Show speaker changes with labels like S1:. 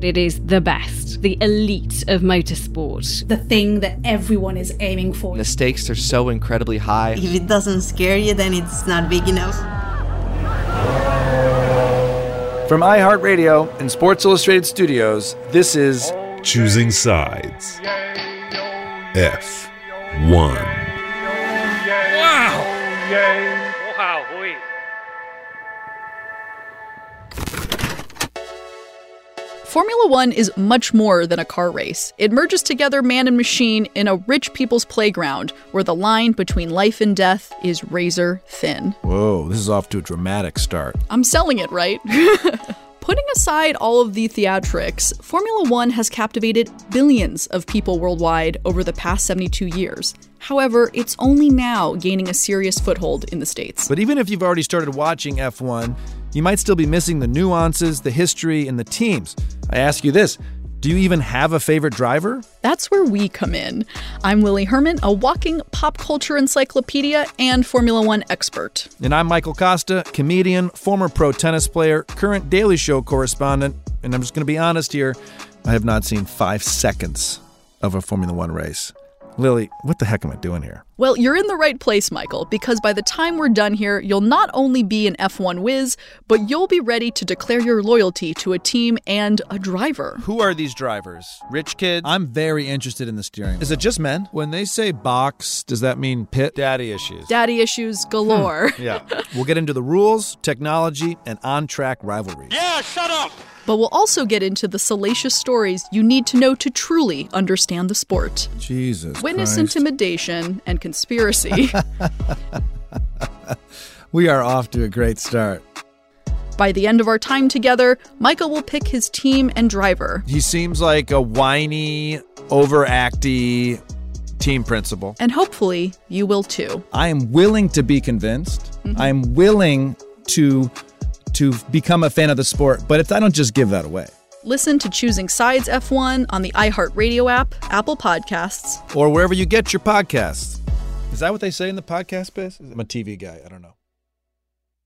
S1: It is the best, the elite of motorsport.
S2: The thing that everyone is aiming for.
S3: The stakes are so incredibly high.
S4: If it doesn't scare you, then it's not big enough.
S5: From iHeartRadio and Sports Illustrated Studios, this is
S6: Choosing Sides. F1.
S7: Formula One is much more than a car race. It merges together man and machine in a rich people's playground where the line between life and death is razor thin.
S8: Whoa, this is off to a dramatic start.
S7: I'm selling it, right? Putting aside all of the theatrics, Formula One has captivated billions of people worldwide over the past 72 years. However, it's only now gaining a serious foothold in the States.
S8: But even if you've already started watching F1, you might still be missing the nuances, the history, and the teams. I ask you this do you even have a favorite driver?
S7: That's where we come in. I'm Willie Herman, a walking pop culture encyclopedia and Formula One expert.
S8: And I'm Michael Costa, comedian, former pro tennis player, current Daily Show correspondent. And I'm just going to be honest here I have not seen five seconds of a Formula One race. Lily, what the heck am I doing here?
S7: Well, you're in the right place, Michael, because by the time we're done here, you'll not only be an F1 whiz, but you'll be ready to declare your loyalty to a team and a driver.
S8: Who are these drivers? Rich kids?
S9: I'm very interested in the steering.
S8: Is it just men?
S9: When they say box, does that mean pit?
S8: Daddy issues.
S7: Daddy issues galore.
S8: yeah. We'll get into the rules, technology, and on track rivalries.
S10: Yeah, shut up!
S7: But we'll also get into the salacious stories you need to know to truly understand the sport.
S8: Jesus.
S7: Witness
S8: Christ.
S7: intimidation and conspiracy.
S8: we are off to a great start.
S7: By the end of our time together, Michael will pick his team and driver.
S8: He seems like a whiny, overacty team principal.
S7: And hopefully, you will too.
S8: I am willing to be convinced. Mm-hmm. I am willing to to become a fan of the sport, but if I don't just give that away.
S7: Listen to Choosing Sides F1 on the iHeartRadio app, Apple Podcasts,
S8: or wherever you get your podcasts. Is that what they say in the podcast space? I'm a TV guy. I don't know.